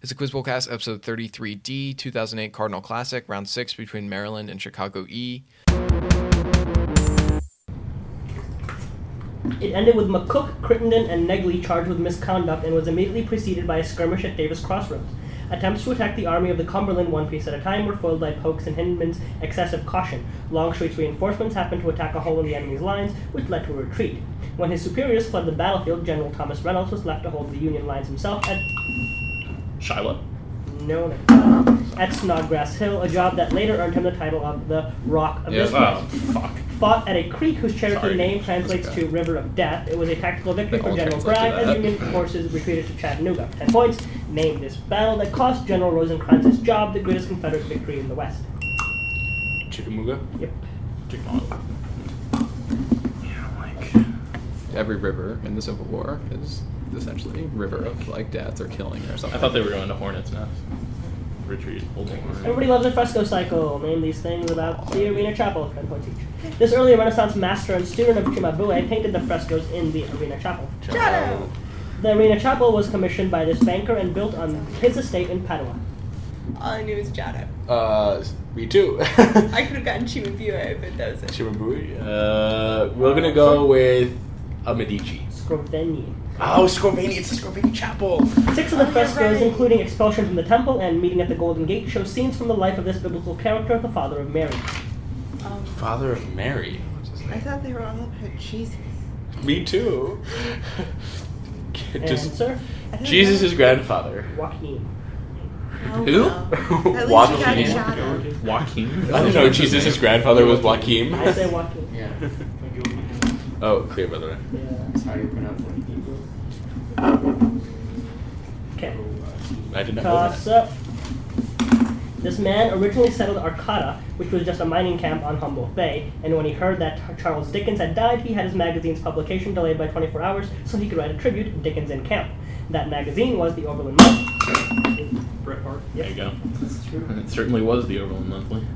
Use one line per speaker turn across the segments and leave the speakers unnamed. It's a Quiz Bowl Cast, episode 33D, 2008 Cardinal Classic, round six between Maryland and Chicago E.
It ended with McCook, Crittenden, and Negley charged with misconduct and was immediately preceded by a skirmish at Davis Crossroads. Attempts to attack the army of the Cumberland one piece at a time were foiled by Polk's and Hindman's excessive caution. Longstreet's reinforcements happened to attack a hole in the enemy's lines, which led to a retreat. When his superiors fled the battlefield, General Thomas Reynolds was left to hold the Union lines himself at
Shiloh.
no, no, at Snodgrass Hill, a job that later earned him the title of the Rock of Mischief.
Oh, fuck.
Fought at a creek whose Cherokee
Sorry.
name translates
Okay.
to River of Death. It was a tactical victory
They
for
all
General
translate to
Bragg as
that.
Union forces retreated to Chattanooga. Ten points. Name this battle that cost General Rosecrans his job, the greatest Confederate victory in the West.
Chickamauga.
Yep.
Chickamauga. Yeah, like.
Every river in the Civil War is essentially river of like death or killing or
I
something.
thought they were going to Hornets Nest. Retreat. Old Hornet.
Everybody loves a fresco cycle. Name these things about the arena chapel. Ten points each. This early Renaissance master and student of Cimabue painted the frescoes in the arena chapel.
Shadow.
Oh.
The arena chapel was commissioned by this banker and built on his estate in Padua.
All I knew was Jada.
Uh, me too.
I could have gotten Chimabue, but that was it.
Shimabui. Uh, we're gonna go with a Medici.
Scrovegni.
Oh, Scorpini! It's the Scorpini Chapel.
Six of the
Oh, you're
frescoes,
right.
including expulsion from the temple and meeting at the Golden Gate, show scenes from the life of this biblical character, the father of Mary.
Um,
Father of Mary.
I thought they were all about Jesus.
Me too. Just
Answer?
I thought
Jesus'
they
his grandfather.
Joaquin.
were- Oh,
Who?
well. At least
Joaquin.
you got Jada.
Joaquin.
I don't know. Jesus' his grandfather was Joaquim.
I say Joaquin.
Yeah.
Oh, clear by the way.
Yeah.
That's how you pronounce it.
Okay.
I did not know
Toss
that.
up. This man originally settled Arcata, which was just a mining camp on Humboldt Bay, and when he heard that Charles Dickens had died, he had his magazine's publication delayed by 24 hours so he could write a tribute, Dickens in Camp. That magazine was the Overland Monthly.
Bret Hart.
There you go.
That's true.
It certainly was the Overland Monthly.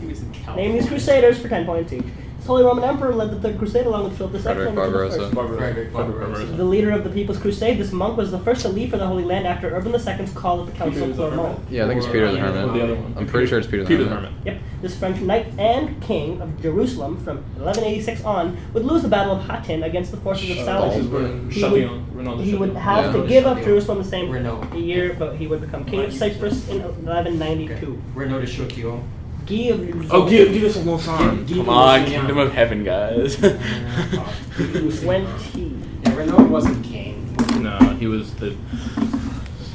He was in California.
Name these crusaders for 10 points each. This Holy Roman Emperor led the Third Crusade along with Philip II.
Frederick
and Richard I.
Barbarossa.
Frederick
Barbarossa.
The leader of the People's Crusade, this monk was the first to leave for the Holy Land after Urban II's call at the Council of Clermont.
Yeah, I think it's Peter the Hermit.
Or the other one.
I'm pretty sure it's Peter the
Peter the
Hermit.
Hermit.
Yep, this French knight and king of Jerusalem from 1186 on would lose the Battle of Hattin against the forces of
This is
Saladin. He would- He would have to
Yeah.
give up Jerusalem the same
Renault.
year, but he would become king of Cyprus in 1192.
Renault de Chotillon.
Guy of
Oh, give, give us a little song.
Guy de
Come on,
Lusignan.
Kingdom of Heaven, guys.
Uh, Guy de Lusignan.
twenty.
Yeah, Renault wasn't king.
No, he was the.
It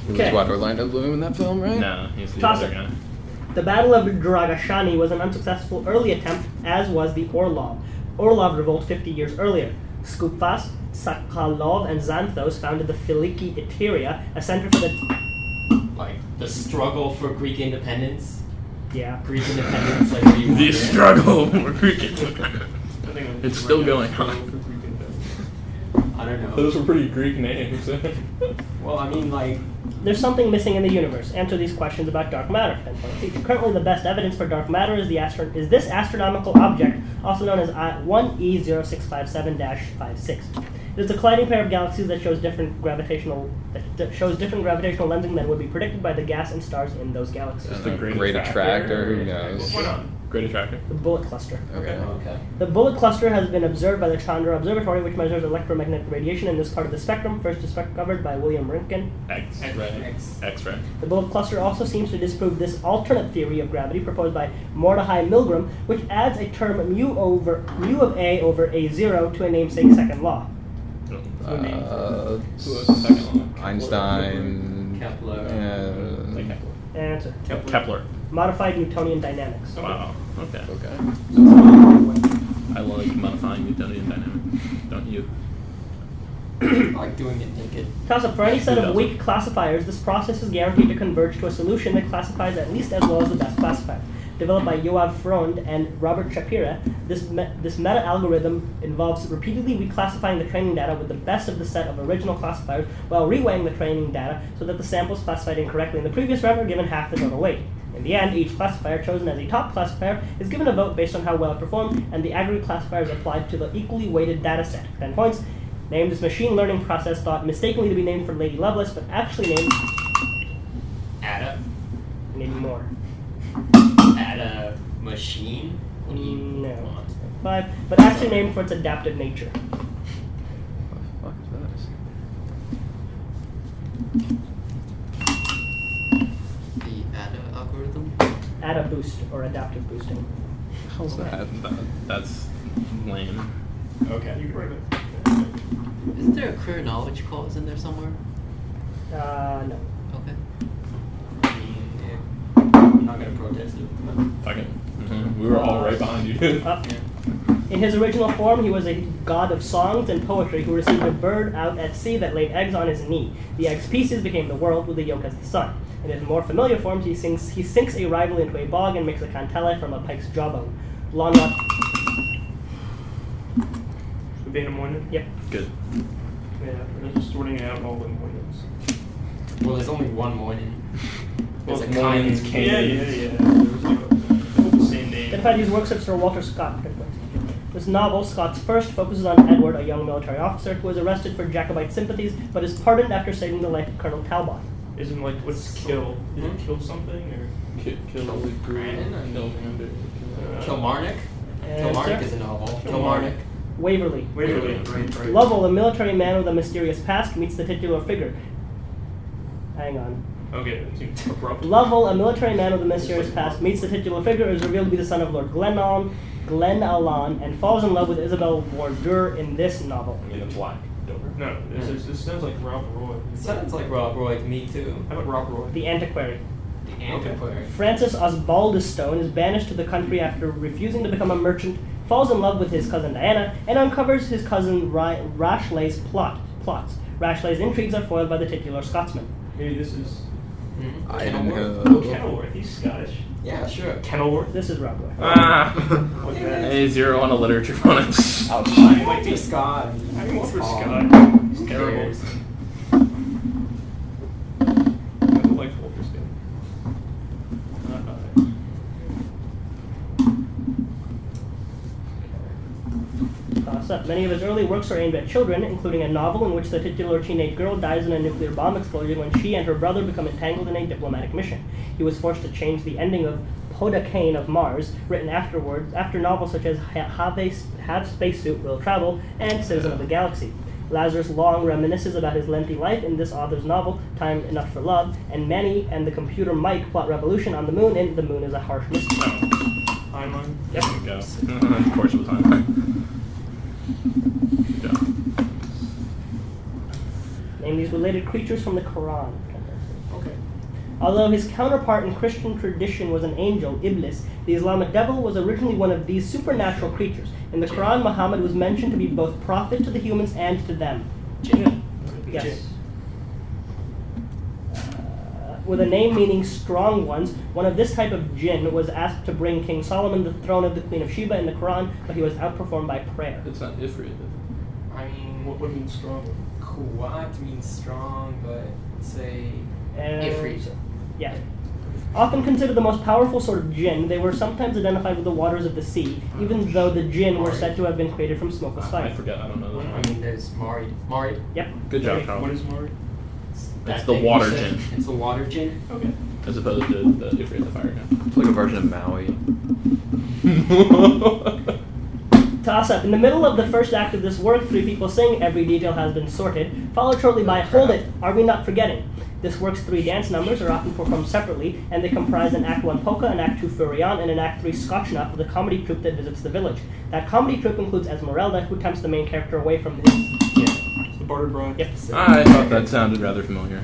was
Okay.
what Orlando Bloom in that film, right?
No, he's the
Toss
other
it.
guy.
The Battle of Dragashani was an unsuccessful early attempt, as was the Orlov. Orlov revolt 50 years earlier. Skupas, Sakhalov, and Xanthos founded the Philiki Eteria, a center for the.
Like the struggle for Greek independence.
Yeah.
Greek independence, like where you
The
wanted it.
struggle for cricket. It's still going
I don't know.
were pretty Greek names.
well, I mean, like
There's something missing in the universe. Answer these questions about dark matter. Ten points each. Currently, the best evidence for dark matter is the astro- is this astronomical object, also known as I- E 1E0657-56. It is a colliding pair of galaxies that shows different gravitational that, that shows different gravitational lensing than would be predicted by the gas and stars in those galaxies.
The great, attractor, who knows?
Great attractor.
The bullet cluster.
Okay.
okay.
The bullet cluster has been observed by the Chandra Observatory, which measures electromagnetic radiation in this part of the spectrum, first discovered by William Röntgen
X ray.
X.
X ray.
The bullet cluster also seems to disprove this alternate theory of gravity proposed by Mordechai Milgram, which adds a term mu over mu of a over a zero to a namesake second law.
Uh,
Who was the second one?
Einstein.
Kepler.
uh,
Like
Answer:
Kepler.
modified Newtonian dynamics.
Wow. Okay.
okay.
I like modifying Newtonian dynamic. Don't you?
I like doing it naked.
Toss up for any set of
2000.
weak classifiers, this process is guaranteed to converge to a solution that classifies at least as well as the best classifier. Developed by Yoav Frond and Robert Shapira, this, me- this meta algorithm involves repeatedly reclassifying the training data with the best of the set of original classifiers while reweighing the training data so that the samples classified incorrectly in the previous round are given half the total weight. In the end, each classifier chosen as a top classifier is given a vote based on how well it performed, and the aggregate classifier is applied to the equally weighted data set. 10 points. Named this machine learning process thought mistakenly to be named for Lady Lovelace, but actually named maybe more.
At a machine? What do you
No.
want?
Five, but actually named for its adaptive nature.
What the fuck is this?
The ADA algorithm?
Add a boost or adaptive boosting.
How's that?
That, that's lame.
Okay, you can bring it.
Isn't there a career knowledge clause in there somewhere?
Uh, no.
Okay. I'm not gonna protest it.
Fuck it. We were all right behind you.
Up. In his original form, he was a god of songs and poetry who received a bird out at sea that laid eggs on his knee. The egg's pieces became the world with the yolk as the sun. In his more familiar forms, he sinks, he sinks a rival into a bog and makes a cantella from a pike's jawbone. Long lost.
Should be in the morning.
Yep.
Good.
Yeah, we're just sorting out all the mornings.
Well, there's only one morning. There's
Well,
a kind
Moynihan's
king.
Yeah, yeah, yeah. There was like a, the same
In
name.
fact, his works of Sir Walter Scott took place. This novel, Scott's first, focuses on Edward, a young military officer who is arrested for Jacobite sympathies but is pardoned after saving the life of Colonel Talbot.
Isn't like what's kill? Is it
Hmm?
kill something or?
Kill, kill the
Brandon or no?
Uh,
Kilmarnock?
And
Kilmarnock
sir,
is a novel.
Kilmarnock.
Kilmarnock.
Waverly.
Wait, wait, wait, right, right.
Lovell, a military man with a mysterious past, meets the titular figure. Hang on.
Okay, it seems abrupt.
Lovell, a military man with a mysterious past, meets the titular figure who is revealed to be the son of Lord Glenalm, Glen Allan, and falls in love with Isabel Wardur in this novel.
I mean, it's black. Dover.
No, this, is, this sounds like Rob Roy.
Sounds like Rob Roy to me too. Hmm?
How about Rob Roy?
The Antiquary.
The antiquary.
Francis Osbaldistone is banished to the country after refusing to become a merchant, falls in love with his cousin Diana, and uncovers his cousin Ra- Rashleigh's plot. Plots. Rashleigh's intrigues are foiled by the titular Scotsman.
Maybe this is
Hmm? Kenilworth?
oh,
Ivanhoe.
Kenilworth. He's Scottish.
Yeah, sure.
Kenilworth.
This is Rob Roy.
Ah!
Like that.
A zero on a literature bonus.
I might do Scott.
I mean, what for
Scott.
Scott? He's
Who
terrible.
cares?
I don't like Uh, Walter Scott. Not I.
Toss up. uh, Many of his early works are aimed at children, including a novel in which the titular teenage girl dies in a nuclear bomb explosion when she and her brother become entangled in a diplomatic mission. He was forced to change the ending of Podacane of Mars, written afterwards, after novels such as Ha- Have, They S- Have Spacesuit Will Travel and Citizen of the Galaxy. Lazarus Long reminisces about his lengthy life in this author's novel, Time Enough for Love, and Manny and the Computer Mike plot revolution on the moon in The Moon is a Harsh Mystery.
Timeline.
Yep. There we go. of course it was on. Mm-hmm. Good job.
Name these related creatures from the Quran.
Okay.
Although his counterpart in Christian tradition was an angel, Iblis, the Islamic devil was originally one of these supernatural creatures. In the Quran, Muhammad was mentioned to be both prophet to the humans and to them.
Jim.
Yes. Uh, With a name meaning strong ones, one of this type of jinn was asked to bring King Solomon the throne of the Queen of Sheba in the Quran, but he was outperformed by prayer.
It's not Ifrit.
I mean,
What would mean strong?
Kuwat means strong, but say
And-
Ifrit.
Yeah. Often considered the most powerful sort of jinn, they were sometimes identified with the waters of the sea, even though the jinn were said to have been created from smokeless
I, I
fire.
forgot. I don't know that
I
one.
mean, there's Mari. Mari.
Yep.
Good job, Carl.
What is Mari?
the
That thing you
water
said.
gin.
It's the water gin.
Okay.
As opposed to the Ifrit the Fire Gun.
It's like a version of Maui.
Toss up. uh, In the middle of the first act of this work, three people sing, every detail has been sorted, followed shortly by Hold It, Are We Not Forgetting? This work's three dance numbers are often performed separately, and they comprise an Act 1 polka, an Act 2 furion, and an Act 3 scotch knot for the comedy troupe that visits the village. That comedy troupe includes Esmeralda, who tempts the main character away from his.
It's the barter broad.
Yep.
I thought that sounded rather familiar.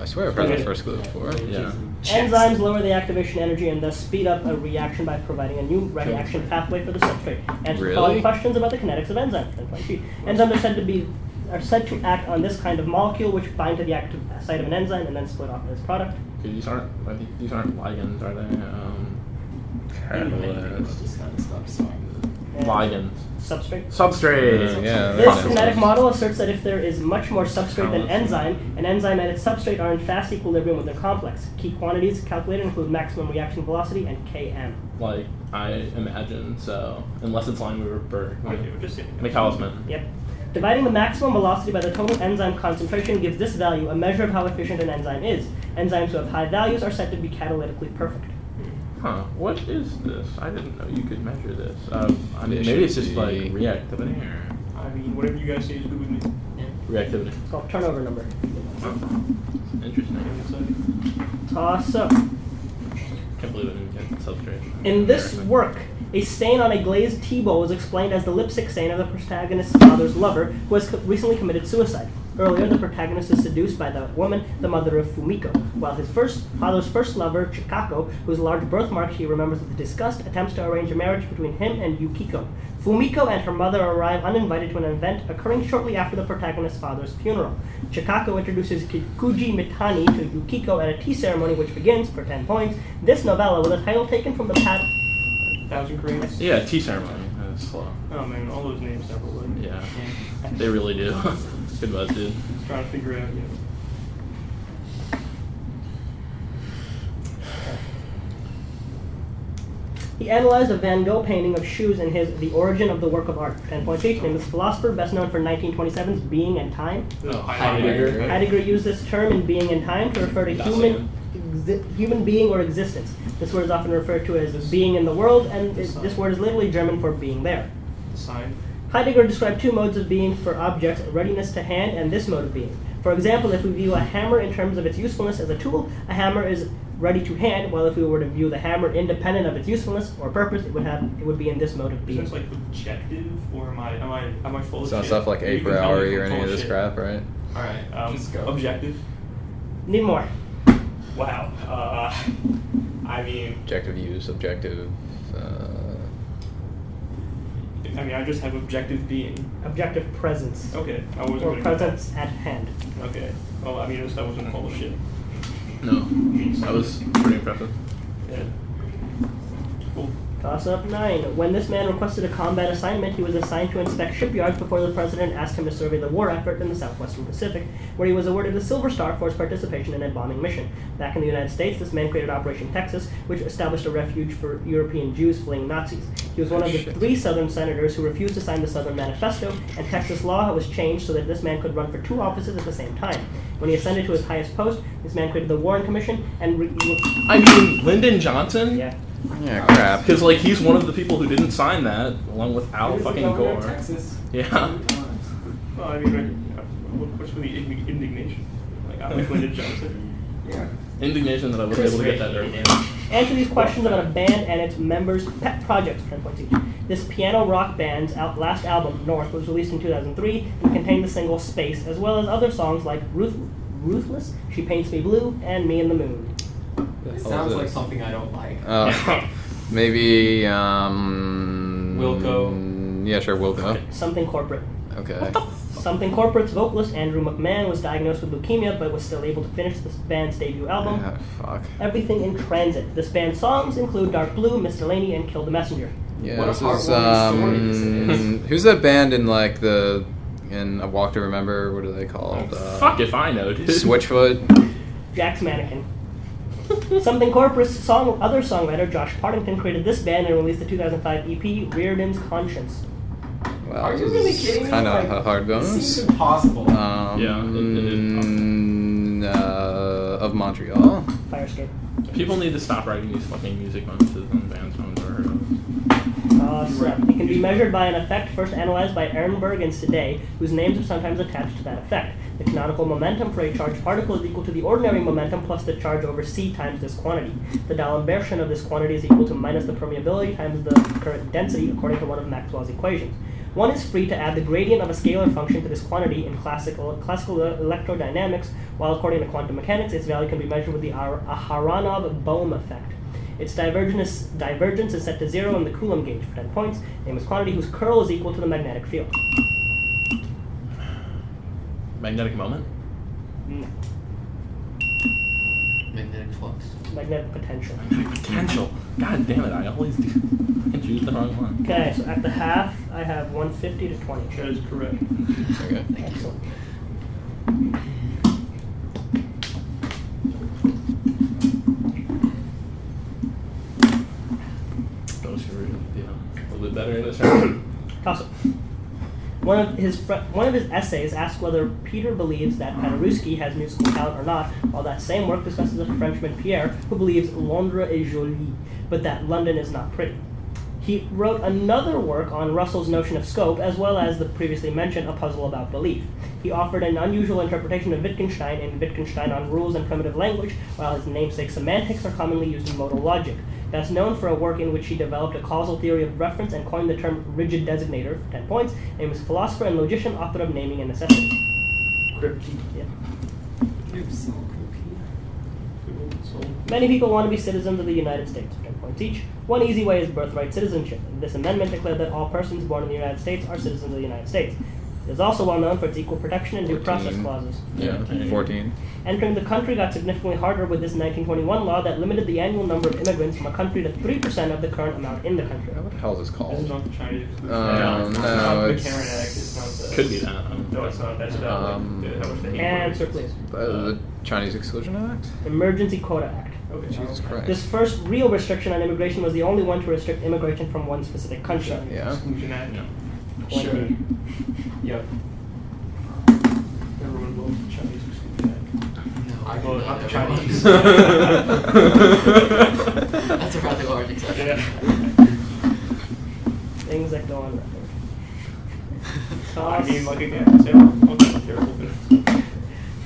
I swear I've heard that first clue before.
Yeah.
Enzymes lower the activation energy and thus speed up a reaction by providing a new reaction pathway for the substrate. Answer the following
Really?
questions about the kinetics of enzymes. Then point sheet. Enzymes are said to be are said to act on this kind of molecule which bind to the active site of an enzyme and then split off as product.
These aren't, I think these aren't ligands, are they? Um, catalysts.
Just kind of stuff. So
And
Ligands.
Substrate.
Substrate.
yeah,
This
that makes
kinetic
sense.
model asserts that if there is much more substrate than
Catalyst.
enzyme, an enzyme and its substrate are in fast equilibrium with their complex. Key quantities calculated include maximum reaction velocity and Km.
Like, I imagine, so. Unless it's Lineweaver Burr.
Wait, we're just saying.
McAllisman.
Yep. Dividing the maximum velocity by the total enzyme concentration gives this value, a measure of how efficient an enzyme is. Enzymes who have high values are said to be catalytically perfect.
Huh? What is this? I didn't know you could measure this.
Uh,
Um, I mean,
It
maybe it's
should
just like
be-
reactivity. I mean, whatever you guys say is good with me.
Reactivity.
It's called turnover number.
Interesting.
Uh, so,
Can't believe I didn't get the substrate.
in this work, a stain on a glazed tea bowl is explained as the lipstick stain of the protagonist's father's lover, who has co- recently committed suicide. Earlier, the protagonist is seduced by the woman, the mother of Fumiko, while his first father's first lover, Chikako, whose large birthmark he remembers with disgust, attempts to arrange a marriage between him and Yukiko. Fumiko and her mother arrive uninvited to an event occurring shortly after the protagonist's father's funeral. Chikako introduces Kikuji Mitani to Yukiko at a tea ceremony which begins, for 10 points, this novella with a title taken from the pat.
Thousand Koreans.
Yeah, tea ceremony. That's slow.
Oh man, all those names never would.
Yeah, they really do. Good buzz, dude.
Just trying to figure out. You know,
He analyzed a Van Gogh painting of shoes in his The Origin of the Work of Art, 10 points each, and this philosopher, best known for 1927's Being and Time.
the
Heidegger.
Heidegger used this term in Being and Time to refer to human exi- human being or existence. This word is often referred to as being in the world, and it, this word is literally German for being there.
sign.
Heidegger described two modes of being for objects, readiness to hand, and this mode of being. For example, if we view a hammer in terms of its usefulness as a tool, a hammer is ready to hand, while if we were to view the hammer independent of its usefulness or purpose, it would have it would be in this mode of
Is
being.
this like objective, or am I am I am I full of
It's not
shit?
stuff like
You can
April
tell me
Hourly
if
or
I'm
any of
full
this
shit.
crap, right?
All right, um,
Just go.
objective.
Need more.
Wow. Uh, I mean,
Objective use, objective. Uh,
I mean, I just have objective being.
Objective presence.
Okay, I Oh, wasn't
Or
gonna go there.
presence at hand.
Okay. Well, I mean, I wasn't full of shit.
No, that was pretty impressive.
Yeah. Cool.
Toss up nine. When this man requested a combat assignment, he was assigned to inspect shipyards before the president asked him to survey the war effort in the southwestern Pacific, where he was awarded the Silver Star for his participation in a bombing mission. Back in the United States, this man created Operation Texas, which established a refuge for European Jews fleeing Nazis. He was one of the three Southern senators who refused to sign the Southern Manifesto, and Texas law was changed so that this man could run for two offices at the same time. When he ascended to his highest post, this man created the Warren Commission and re- re-
I mean, Lyndon Johnson.
yeah.
yeah, crap.
Because like he's one of the people who didn't sign that, along with Al
Who's the
fucking
governor
Gore.
of Texas.
Yeah.
Well, I mean, like, uh, what- what's with the ign- indignation? Like, I'm like Lyndon Johnson.
Yeah.
Indignation that I wasn't
Chris
able to get that
Reagan,
early.
yeah.
Answer these questions about a band and its members' pet projects. 10 points each. This piano rock band's al- last album, North, was released in 2003 and contained the single Space, as well as other songs like Ruth- Ruthless, She Paints Me Blue, and Me and the Moon.
It
Oh,
sounds
is it?
like something I don't like.
Uh, maybe. Um,
Wilco.
Yeah, sure, Wilco.
Something Corporate.
Okay.
Something Corporate's vocalist, Andrew McMahon, was diagnosed with leukemia but was still able to finish this band's debut album,
Ah, fuck.
Everything in Transit. This band's songs include Dark Blue, Miscellany, and Kill the Messenger.
Yeah,
What a
this is
heartwarming story
um,
this is.
who's that band in like the in A Walk to Remember? What are they called? Uh,
Fuck if I know, dude.
Switchfoot.
Jack's Mannequin. Something Corporate's song, other songwriter Josh Partington created this band and released the 2005 EP E Reardon's Conscience.
Wow,
Are you
Uh, this
really
is
kidding me?
Kind
Like,
of hard
This seems
goes.
impossible.
Um,
Yeah, it- it is
uh, of Montreal.
Firescape.
People need to stop writing these fucking music monsters and bands no one's ever heard of.
Awesome. It can be measured by an effect first analyzed by Ehrenberg and Sadie, whose names are sometimes attached to that effect. The canonical momentum for a charged particle is equal to the ordinary momentum plus the charge over c times this quantity. The D'Alembertian of this quantity is equal to minus the permeability times the current density, according to one of Maxwell's equations. One is free to add the gradient of a scalar function to this quantity in classical, classical e- electrodynamics, while according to quantum mechanics, its value can be measured with the Ar- Aharonov-Bohm effect. Its divergence is, divergence is set to zero on the Coulomb gauge for 10 points, nameless quantity whose curl is equal to the magnetic field.
Magnetic moment?
Mm,
Magnetic flux.
Magnetic potential.
Potential. God damn it, I always do. I choose the wrong one.
Okay, so at the half, I have 150 to 20.
That is correct.
Okay.
Excellent.
Those who are, yeah, a little bit better in this round.
Toss up. One of his fr- one of his essays asks whether Peter believes that Paderewski has musical talent or not, while that same work discusses a Frenchman Pierre who believes Londres is jolie, but that London is not pretty. He wrote another work on Russell's notion of scope, as well as the previously mentioned A Puzzle About Belief. He offered an unusual interpretation of Wittgenstein in Wittgenstein on Rules and Primitive Language, while his namesake semantics are commonly used in modal logic. Best known for a work in which he developed a causal theory of reference and coined the term rigid designator, 10 points, and he was a philosopher and logician, author of Naming and Necessity.
Cryptic.
Yeah.
So,
Many people want to be citizens of the United States, 10 points each. One easy way is birthright citizenship. This amendment declared that all persons born in the United States are citizens of the United States. It is also well known for its equal protection and due process
14.
clauses.
Yeah,
Okay.
14.
Entering the country got significantly harder with this 1921 law that limited the annual number of immigrants from a country to 3% of the current amount in the country.
Yeah, What the hell is this
this is
called?
not the Chinese.
Um,
no, it's not
no,
the
it's-
Karen Act. It's not the.
Could be that. I don't know.
No, it's not. That's about like,
Um,
the- how much they hate
Answer,
words.
please.
Uh, the Chinese Exclusion Act?
Emergency Quota Act.
Okay.
Jesus
okay.
Christ.
This first real restriction on immigration was the only one to restrict immigration from one specific country.
Yeah.
Exclusion Act.
No.
Sure. Yep.
Everyone loves the Chinese Exclusion
I
Well,
not
not the
everyone.
Chinese.
That's a rather large exception.
Things that go on record.
Act. I
Toss.
mean, like again, it's everyone. Okay, terrible. but-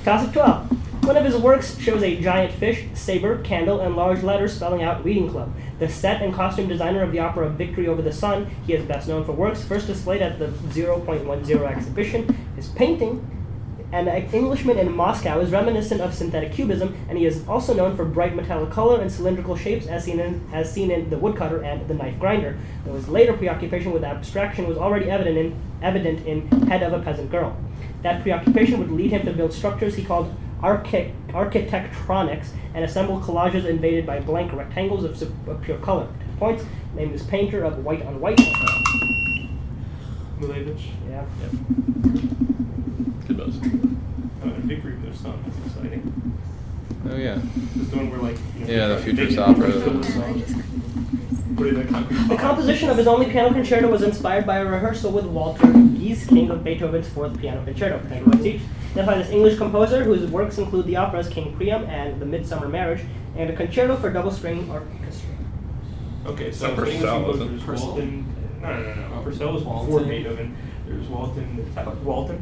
Toss of 12. One of his works shows a giant fish, saber, candle, and large letters spelling out Reading Club. The set and costume designer of the opera Victory Over the Sun, he is best known for works first displayed at the 0.10 exhibition. His painting, An Englishman in Moscow, is reminiscent of synthetic cubism, and he is also known for bright metallic color and cylindrical shapes as seen in, as seen in The Woodcutter and The Knife Grinder, though his later preoccupation with abstraction was already evident in, evident in Head of a Peasant Girl. That preoccupation would lead him to build structures he called archi- architectronics and assemble collages invaded by blank rectangles of, su- of pure color. Ten points. Named as painter of white on white.
Milevich.
Yeah.
Good buzz.
Uh, Victory with their son. That's exciting.
Oh, yeah.
This is the one where like. You know,
Yeah, the
they-
Futurist
they-
opera.
they build a song, Put it in a concrete
The
box.
composition of his only piano concerto was inspired by a rehearsal with Walter Gies, King of Beethoven's Fourth Piano Concerto. Ten points each. Then by this English composer, whose works include the operas King Priam and The Midsummer Marriage, and a concerto for double string orchestra.
Okay, so
Not
for English
Purcell, was it?
composers,
Purcell?
Walton. No, no, no, no.
Oh,
Purcell was before
Walton.
Beethoven. There's Walton. uh, Walton.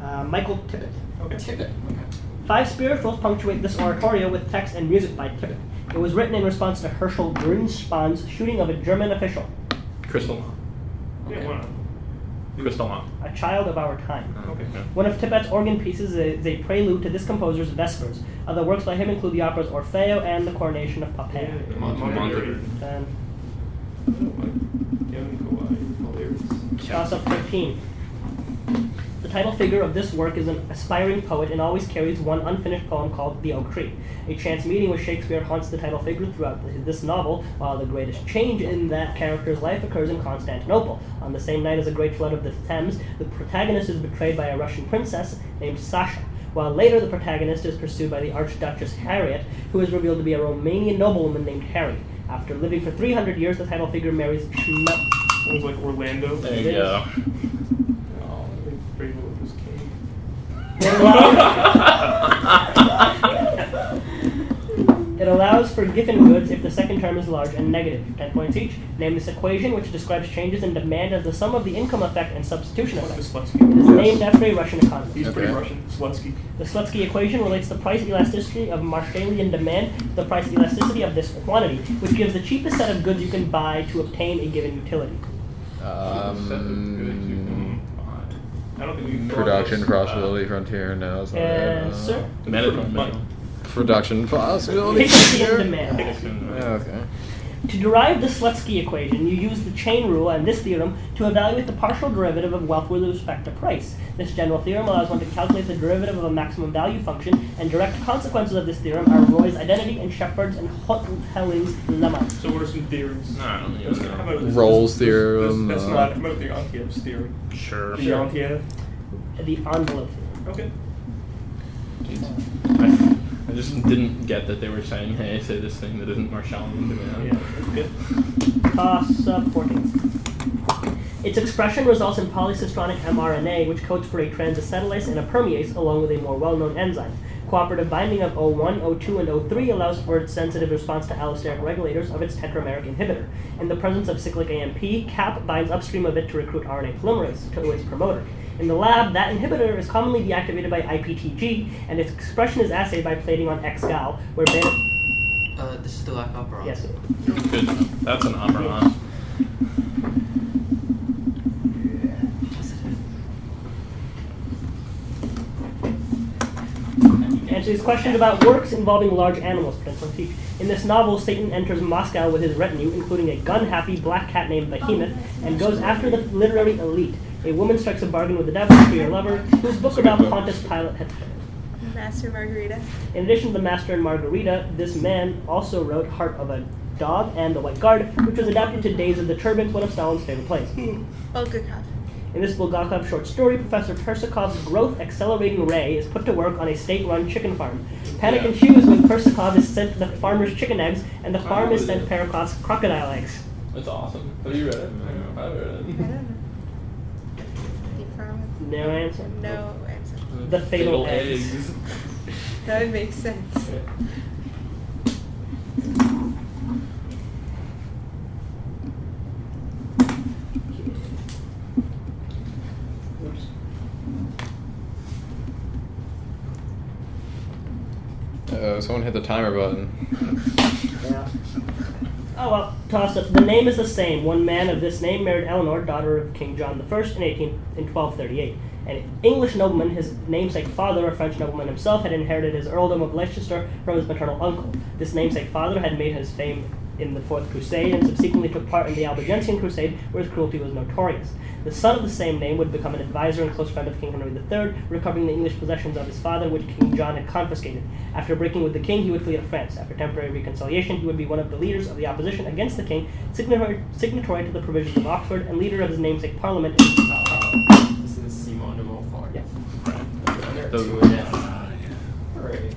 Uh, Michael Tippett.
Okay.
Tippett.
Five spirituals punctuate this oratorio with text and music by Tippett. It was written in response to Herschel Grunspann's shooting of a German official,
Crystal.
Yeah, why not?
Crystal Mop.
a child of our time.
Okay.
One of Tippett's organ pieces is a prelude to this composer's Vespers. Other works by him include the operas Orfeo and The Coronation of Poppea.
Mon-
Monterey.
Monterey.
Then,
Oh, my. Kevin Kawhi. Hilarious.
Toss Up 13. The title figure of this work is an aspiring poet and always carries one unfinished poem called The Oak Tree. A chance meeting with Shakespeare haunts the title figure throughout th- this novel, while the greatest change in that character's life occurs in Constantinople. On the same night as a great flood of the Thames, the protagonist is betrayed by a Russian princess named Sasha, while later the protagonist is pursued by the Archduchess Harriet, who is revealed to be a Romanian noblewoman named Harry. After living for 300 years, the title figure marries Schme-
Sounds like Orlando.
There you go.
Oh, pretty little was king.
It allows, it allows for given goods if the second term is large and negative, 10 points each. Name this equation, which describes changes in demand as the sum of the income effect and substitution
What's the
effect. It
Slutsky?
is named after a Russian economist.
He's pretty
Okay.
Russian. Slutsky.
The Slutsky equation relates the price elasticity of Marshallian demand to the price elasticity of this quantity, which gives the cheapest set of goods you can buy to obtain a given utility.
Um,
I don't think we can draw
production
this.
possibility frontier now. Is
And, Uh, sir?
Management.
Production possibility
Efficiency and
frontier.
demand.
Yeah, okay.
To derive the Slutsky equation, you use the chain rule and this theorem to evaluate the partial derivative of wealth with respect to price. This general theorem allows one to calculate the derivative of a maximum value function, and direct consequences of this theorem are Roy's identity and Shepard's and Hoteling's lemma.
So what are some theories?
Nah, I don't
Let's-
even know.
how about this-
Rolls
this- this-
theorem,
That's
uh,
not. I'm about the Antiev's theory.
Sure.
The Antiev.
The envelope theorem.
Okay.
I, I just didn't get that they were saying, hey, say this thing that isn't Marshall in demand.
Yeah. Okay.
Toss up 14. Its expression results in polycistronic mRNA, which codes for a transacetylase and a permease, along with a more well-known enzyme. Cooperative binding of O1, O2, and O3 allows for its sensitive response to allosteric regulators of its tetrameric inhibitor. In the presence of cyclic AMP, CAP binds upstream of it to recruit RNA polymerase to its promoter. In the lab, that inhibitor is commonly deactivated by IPTG, and its expression is assayed by plating on XGAL, where beta...
Uh, this is the black opera.
Yes,
Good. That's an opera on.
Positive.
answer these questions about works involving large animals. Prince on Teach. In this novel, Satan enters Moscow with his retinue, including a gun-happy black cat named Behemoth, and goes after the literary elite. A woman strikes a bargain with the devil for your lover, whose book about Pontius Pilate had
Master Margarita.
in addition to The Master and Margarita, this man also wrote Heart of a Dog and The White Guard, which was adapted to Days of the Turbans, one of Stalin's favorite plays.
Bulgakov.
In this Bulgakov short story, Professor Persikov's growth accelerating ray is put to work on a state run chicken farm. Panic
Yeah.
ensues when Persikov is sent the farmer's chicken eggs, and the farm is sent Perikov's crocodile eggs.
That's awesome. Have you read it? I have read
I don't know. Deep farm with
No answer.
no answer.
The Mm. fatal, eggs.
That would make sense.
Oops.
Uh, someone hit the timer button.
Yeah. Oh well, toss up. The name is the same. One man of this name married Eleanor, daughter of King John I, in eighteen in twelve thirty eight. An English nobleman, his namesake father, a French nobleman himself, had inherited his earldom of Leicester from his maternal uncle. This namesake father had made his fame in the Fourth Crusade and subsequently took part in the Albigensian Crusade, where his cruelty was notorious. The son of the same name would become an advisor and close friend of King Henry III, recovering the English possessions of his father, which King John had confiscated. After breaking with the king, he would flee to France. After temporary reconciliation, he would be one of the leaders of the opposition against the king, signatory, signatory to the provisions of Oxford, and leader of his namesake parliament.
Uh, this is Simon de Montfort.
Yeah.
Under
Those-
two and a half. Hooray.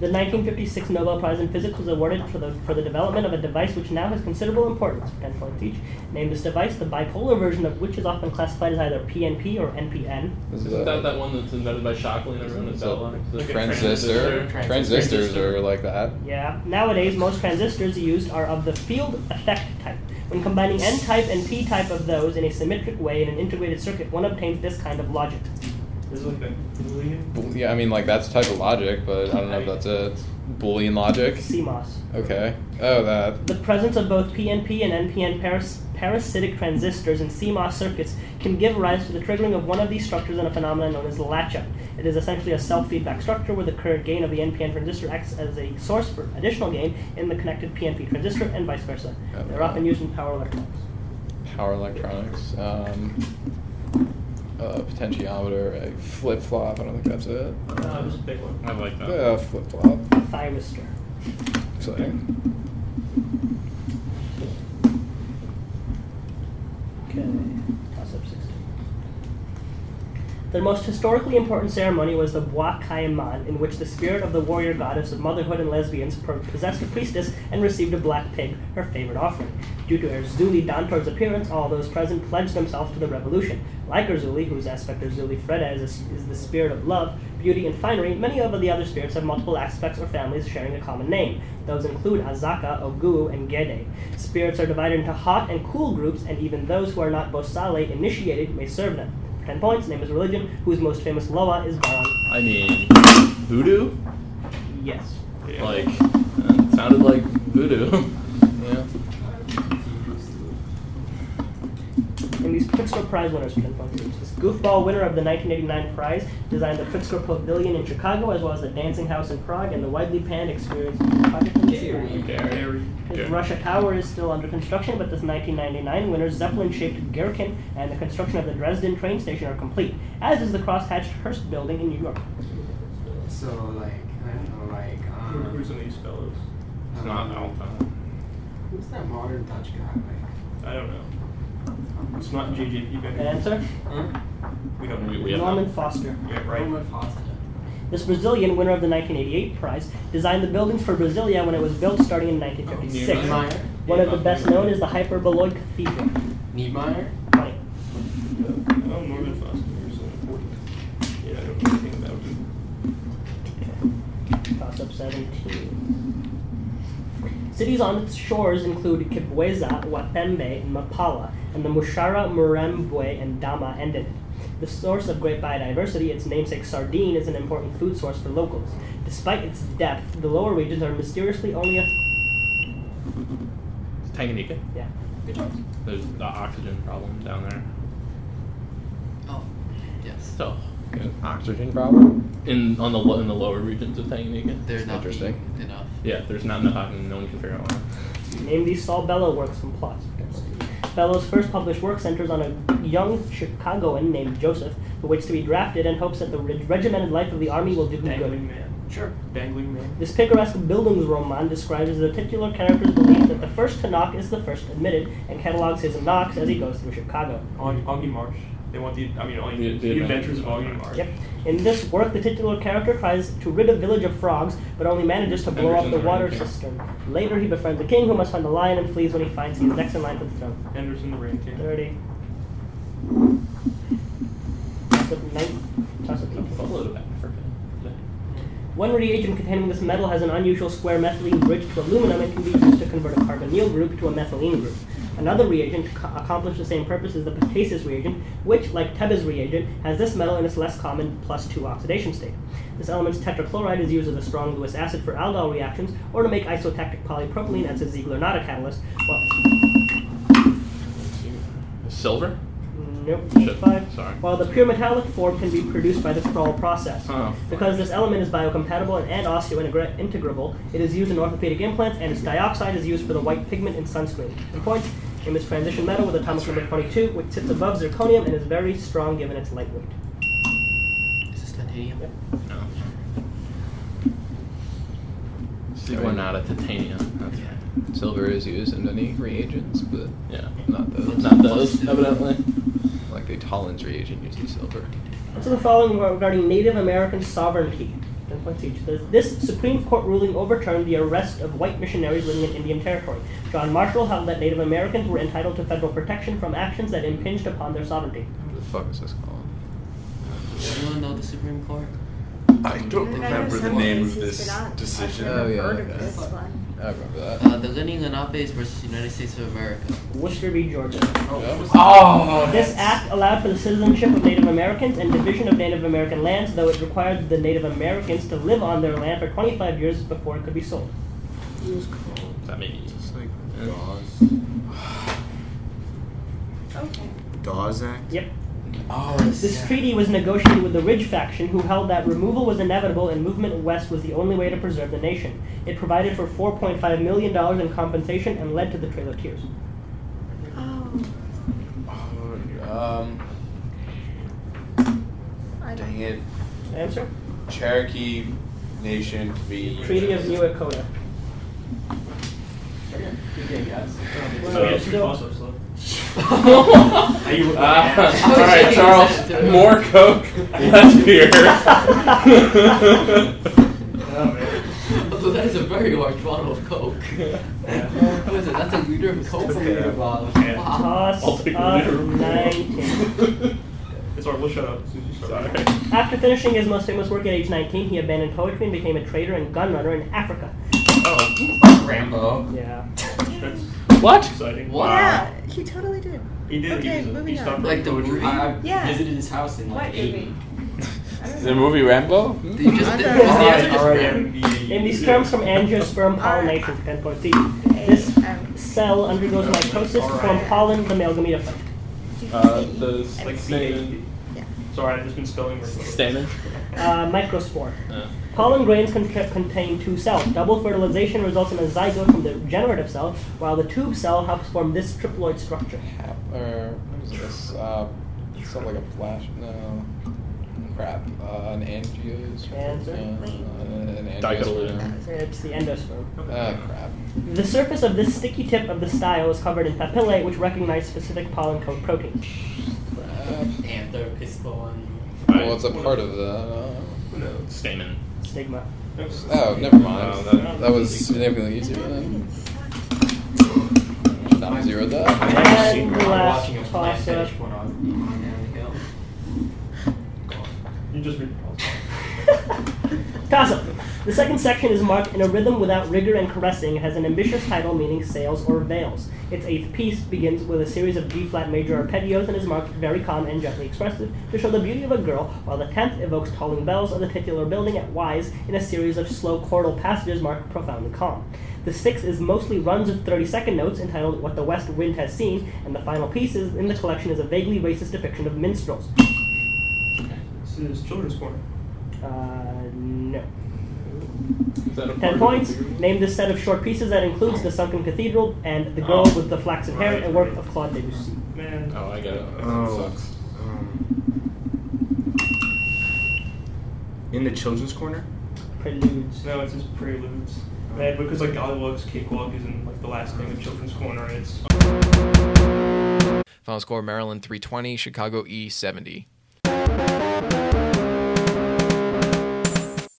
The 1956 Nobel Prize in Physics was awarded for the, for the development of a device which now has considerable importance, potential in teach, named this device the bipolar version of which is often classified as either PNP or NPN.
This is
Isn't that
a-
that one that's invented by Shockley and everyone at
So-
Bell Labs?
a
Like a
transistor.
transistor.
Transistors
Transistor.
are like that.
Yeah. Nowadays, most transistors used are of the field effect type. When combining N type and P type of those in a symmetric way in an integrated circuit, one obtains this kind of logic.
This is like that Boolean.
Well, Yeah, I mean like that's a type of logic, but I don't know if that's it. Boolean logic.
CMOS.
Okay. Oh, that.
The presence of both PNP and NPN paras- parasitic transistors in CMOS circuits can give rise to the triggering of one of these structures in a phenomenon known as latch-up. It is essentially a self-feedback structure where the current gain of the NPN transistor acts as a source for additional gain in the connected PNP transistor and vice versa. They're often used in power electronics.
Power electronics. Um, uh, potentiometer. A flip flop. I don't think that's it.
Ah, this is a big one.
I like that.
Uh, flip flop.
Thyristor.
Exciting.
Okay. Toss up 16. The most historically important ceremony was the Bois Kayaman, in which the spirit of the warrior goddess of motherhood and lesbians pro- possessed a priestess and received a black pig, her favorite offering. Due to Erzuli Dantor's appearance, all those present pledged themselves to the revolution. Like Erzuli, whose aspect Erzuli Freda is, a- is the spirit of love, beauty, and finery, many of the other spirits have multiple aspects or families sharing a common name. Those include Azaka, Ogu, and Gede. Spirits are divided into hot and cool groups, and even those who are not Bosale initiated may serve them. For 10 points, name is religion, whose most famous Loa is Baran.
I mean, voodoo?
Yes.
Yeah.
Like, uh, sounded like voodoo.
Yeah.
And these Pritzker Prize winners for 10 points each. This goofball winner of the 1989 prize designed the Pritzker Pavilion in Chicago, as well as the Dancing House in Prague and the widely panned experience project in Syria.
Gary.
His
Gary.
Russia Tower is still under construction, but this 1999 winner's Zeppelin-shaped Gherkin and the construction of the Dresden train station are complete, as is the cross-hatched Hearst building in New York.
So like I don't know like
Who- Who's
um,
some of these fellows?
It's not Alpha.
who's that modern Dutch guy like?
I don't know. It's not JJP.
An answer?
Huh?
We don't
We-
know.
we- Yeah.
Norman Foster.
Yeah, right.
Norman Foster.
This Brazilian, winner of the 1988 prize, designed the buildings for Brasilia when it was built starting in 1956.
Niemeyer.
One of the best known is the Hyperboloid Cathedral.
Niemeyer.
Twenty.
Oh, Norman Foster is an important. Yeah, I don't know anything about him.
Toss up 17. Cities on its shores include Kibweza, Wapembe, and Mapala, and the Mushara, Murembwe, and Dama end in it. The source of great biodiversity, its namesake sardine is an important food source for locals. Despite its depth, the lower regions are mysteriously only a.
Tanganyika.
Yeah.
Good choice.
There's the oxygen problem down there.
Oh, yes.
So
Oxygen problem?
in on the lo- in the lower regions of Tanganyika.
They're not
Interesting.
being enough.
Yeah, there's not enough oxygen. No one can figure out why.
Name these Saul Bellow works and plots. Bellow's first published work centers on a young Chicagoan named Joseph who waits to be drafted and hopes that the reg- regimented life of the army will do him good.
Dangling man.
Sure.
Dangling man.
This picaresque buildings roman describes the titular character's belief that the first to knock is the first admitted and catalogs his knocks as he goes through Chicago.
Og- Augie Marsh. They want the. I mean, all
The-
you,
the
the, adventures of Augie
Adventures.
Marsh.
Yep. In this work, the titular character tries to rid a village of frogs, but only manages to blow up the
Henderson
water
Rain King.
system. Later, he befriends the king, who must find the lion and flees when he finds he is next in line for the throne.
Anderson the Rain King.
30. Toss up nine- toss up eighteen.
Buffalo to Africa.
One reagent containing this metal has an unusual square methylene bridge to aluminum and can be used to convert a carbonyl group to a methylene group. Another reagent co- accomplished the same purpose as the potasis reagent, which, like Tebbe's reagent, has this metal in its less common plus 2 oxidation state. This element's tetrachloride is used as a strong Lewis acid for aldol reactions or to make isotactic polypropylene as a Ziegler-Natta catalyst. Well,
Silver.
nope,
Shit,
five.
sorry.
While the pure metallic form can be produced by the Kroll process.
Oh.
Because this element is biocompatible and, and osseointegrable, it is used in orthopedic implants, and its dioxide is used for the white pigment in sunscreen. And point, in this transition metal with atomic number 22, which sits above zirconium and is very strong given its light weight.
Is this titanium?
No. Silver, not a titanium. That's
Yeah.
right.
Silver is used in many reagents, but
Yeah.
not those.
Not those, evidently.
Like the Tollins reagent uses silver.
So the following were regarding Native American sovereignty. Ten points each. This- This Supreme Court ruling overturned the arrest of white missionaries living in Indian Territory. John Marshall held that Native Americans were entitled to federal protection from actions that impinged upon their sovereignty.
What the fuck is this called?
Does anyone know the Supreme Court?
I don't
And I know
remember the
someone
name
who's
of this
been on. I've
decision.
never
Oh, yeah,
heard of
okay.
this one.
I remember that.
Uh, the Lenny Lenapes versus United States of America.
Worcester v. Georgia. Uh,
Oh,
This act allowed for the citizenship of Native Americans and division of Native American lands, though it required the Native Americans to live on their land for 25 years before it could be sold.
That may be.
It's like
Yeah.
Dawes.
Okay.
Dawes Act.
Yep.
Oh,
This treaty was negotiated with the Ridge faction, who held that removal was inevitable and movement west was the only way to preserve the nation. It provided for $4.5 million in compensation and led to the Trail of Tears.
Oh,
Oh, um,
I don't.
dang it.
Answer?
Cherokee Nation v.
Treaty of New Dakota.
So
Well,
Oh, yeah,
it's
two
still-
toss-ups left.
Uh,
Are you uh, looking
all
at?
right, Charles. More Coke, less beer.
Oh, man.
Although that is a very large bottle of Coke.
Yeah.
What is it? That's a liter of Coke.
It's a liter
bottle.
Yeah.
Wow.
Toss
Uh, I'll take the
up
leader.
19.
It's alright, we'll shut up as soon as you
Sorry.
start.
After finishing his most famous work at age 19, he abandoned poetry and became a trader and gunrunner in Africa.
Oh,
Rambo.
Yeah.
That's
what?
exciting.
What?
Yeah, he totally did.
He did.
Okay,
he, was,
moving
he stopped
on.
Like the
poetry.
I, I
Yeah.
visited his house in like
What
eighty.
movie? I don't
The
know.
movie Rambo?
They just
I
did,
don't
was the
know.
answer just
Alright,
Rambo?
alright.
Name these terms from angiosperm pollination, 10 points each. This
Um,
cell undergoes mitosis to form pollen, the male gamete effect.
did you
Uh,
see-
the
I
like
Um,
don't-
stamen.
Sorry, I've just been spelling words.
Stamen.
Uh, microspore.
Uh,
Pollen grains con- contain two cells. Double fertilization results in a zygote from the generative cell, while the tube cell helps form this triploid structure.
Cap- Uh, or what is this? Uh, something like a flash? No. Crap. Uh, an angios.
Cancer?
Uh, an
Dicotyledon.
angiosperm.
It's the endosperm.
Ah, crap.
The surface of this sticky tip of the style is covered in papillae, which recognize specific pollen coat proteins.
Crap.
Anther, pistol, and
Well, it's a part of the.
No.
Stamen.
Stigma.
Oh, never mind.
Wow,
that,
that-
was significantly easier than I zeroed that.
And
We're
last
watching a plant
toss up.
finish pornography on down the hill.
You just read pause.
Casa. The second section is marked in a rhythm without rigor and caressing. It has an ambitious title meaning sails or veils. Its eighth piece begins with a series of G flat major arpeggios and is marked very calm and gently expressive to show the beauty of a girl, while the tenth evokes tolling bells of the titular building at Wise in a series of slow chordal passages marked profoundly calm. The sixth is mostly runs of 30 second notes entitled What the West Wind Has Seen, and the final piece is, in the collection is a vaguely racist depiction of minstrels.
This is children's porn.
Uh, no.
Is that a part
Ten
of
points.
the theory?
Name this set of short pieces that includes the sunken cathedral and the girl
Oh.
with the flaxen hair, a work of Claude Debussy.
Man.
Oh, I got it.
Oh.
That sucks.
Um, in the children's corner?
Preludes.
No, it's his preludes. Man, because like Gollywog's Cakewalk is in like the last thing of Children's Corner, and it's
Final score Maryland 320, Chicago E E70.